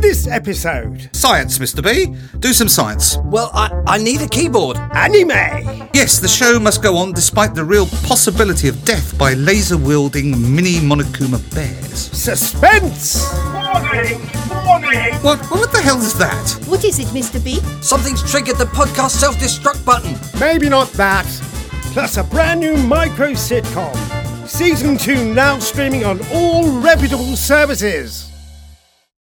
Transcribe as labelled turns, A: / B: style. A: this episode?
B: Science, Mr. B. Do some science.
C: Well, I, I need a keyboard.
A: Anime!
B: Yes, the show must go on despite the real possibility of death by laser wielding mini Monokuma bears.
A: Suspense!
D: Warning! Warning!
B: What, what the hell is that?
E: What is it, Mr. B?
C: Something's triggered the podcast self destruct button.
A: Maybe not that. Plus a brand new micro sitcom. Season 2 now streaming on all reputable services.